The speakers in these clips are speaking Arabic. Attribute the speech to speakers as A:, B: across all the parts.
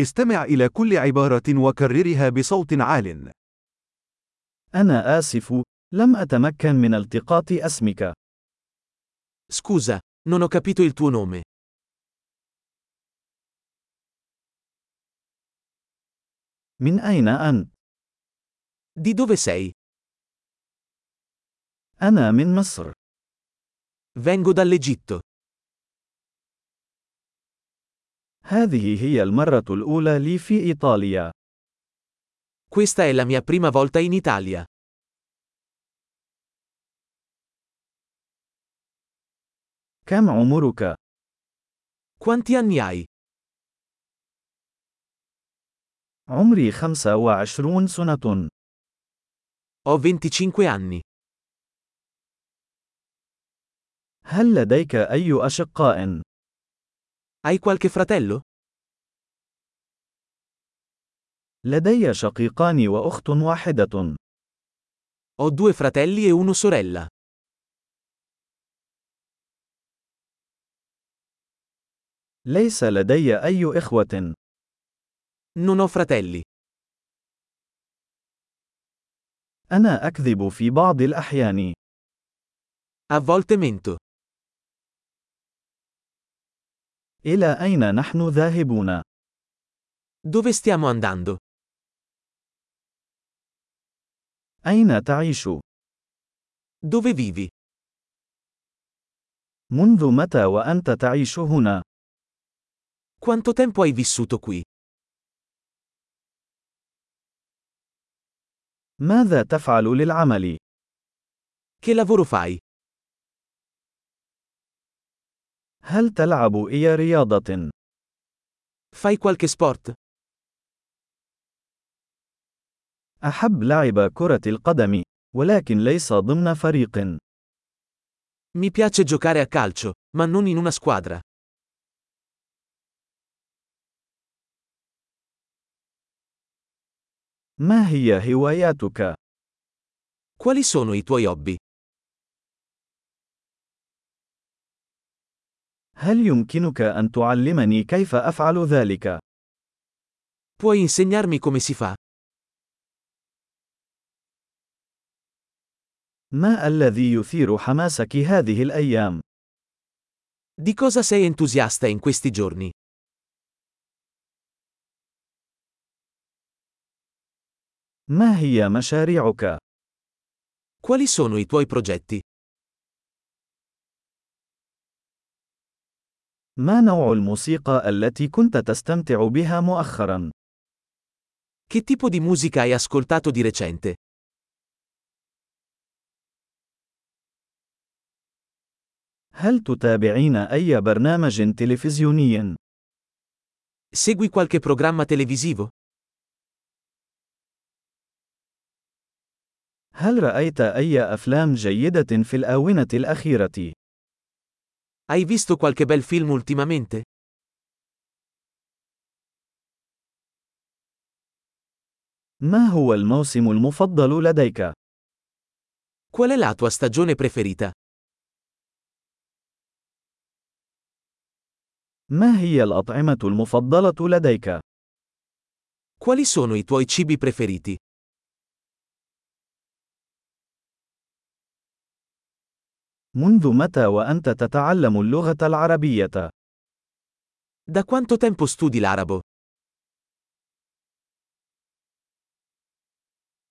A: استمع إلى كل عبارة وكررها بصوت عال.
B: أنا آسف، لم أتمكن من التقاط اسمك.
C: Scusa, non ho capito il tuo nome.
B: من أين أنت؟
C: Di dove sei?
B: أنا من مصر.
C: Vengo dall'Egitto.
B: هذه هي المرة الأولى لي في إيطاليا.
C: Questa è la mia prima volta in Italia.
B: كم عمرك؟
C: Quanti anni hai?
B: عمري 25 سنة.
C: Ho 25 anni.
B: هل لديك أي أشقاء؟
C: Hai qualche fratello?
B: لدي شقيقان وأخت واحدة.
C: Ho due fratelli e una sorella.
B: ليس لدي أي إخوة.
C: Non ho fratelli.
B: أنا أكذب في بعض الأحيان.
C: A volte mento.
B: إلى أين نحن ذاهبون؟
C: Dove stiamo andando?
B: أين تعيش؟
C: Dove vivi?
B: منذ متى وأنت تعيش هنا؟
C: Quanto tempo hai vissuto qui?
B: ماذا تفعل للعمل؟
C: Che lavoro fai?
B: هل تلعب أي رياضة؟
C: Fai qualche sport?
B: أحب لعب كرة القدم، ولكن ليس ضمن فريق.
C: Mi piace giocare a calcio, ma non in una squadra.
B: ما هي هواياتك؟
C: Quali sono i tuoi hobby?
B: هل يمكنك أن تعلمني كيف أفعل ذلك؟
C: Puoi insegnarmi come si fa?
B: ما الذي يثير حماسك هذه الأيام؟
C: Di cosa sei entusiasta in questi giorni?
B: ما هي مشاريعك؟
C: Quali sono i tuoi progetti?
B: ما نوع الموسيقى التي كنت تستمتع بها مؤخرا؟
C: Che tipo di musica hai ascoltato di recente?
B: هل تتابعين أي برنامج تلفزيوني؟
C: Segui qualche programma televisivo?
B: هل رأيت أي أفلام جيدة في الآونة الأخيرة؟
C: Hai visto qualche bel film ultimamente?
B: ما هو الموسم المفضل لديك؟
C: Qual è la tua stagione preferita?
B: ما هي الأطعمة المفضلة لديك؟
C: Quali sono i tuoi cibi preferiti?
B: منذ متى وأنت تتعلم اللغة العربية؟
C: Da quanto tempo studi l'arabo?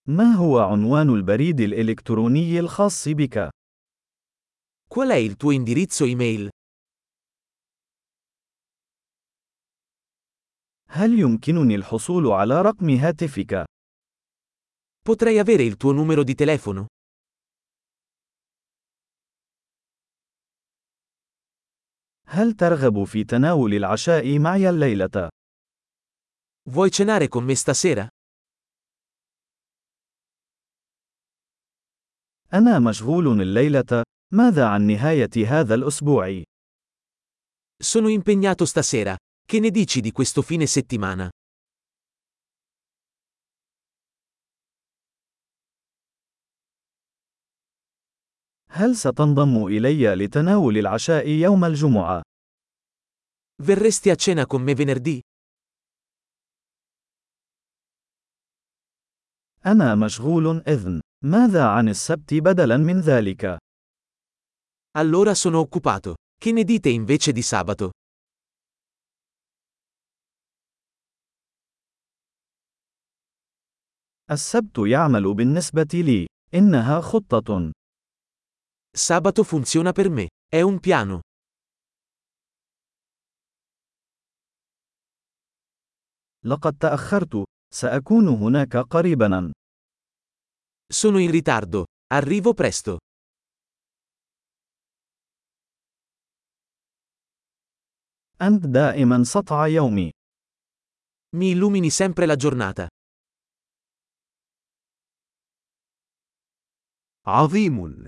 B: ما هو عنوان البريد الإلكتروني الخاص بك؟
C: Qual è il tuo indirizzo email?
B: هل يمكنني الحصول على رقم هاتفك؟
C: Potrei avere il tuo numero di telefono?
B: هل ترغب في تناول العشاء معي الليلة؟
C: Vuoi cenare con me stasera?
B: أنا مشغول الليلة، ماذا عن نهاية هذا الأسبوع؟
C: Sono impegnato stasera. Che ne dici di questo fine settimana?
B: هل ستنضم إلي لتناول العشاء يوم الجمعة؟
C: Verresti a cena con me venerdì?
B: أنا مشغول إذن. ماذا عن السبت بدلاً من ذلك؟
C: Allora sono occupato. Che ne dite invece di sabato?
B: السبت يعمل بالنسبة لي. إنها خطة.
C: Sabato funziona per me. È un piano.
B: لقد تأخرت. سأكون هناك قريباً.
C: Sono in ritardo. Arrivo presto.
B: أنت دائماً سطع يومي.
C: Mi illumini sempre la giornata.
A: عظيم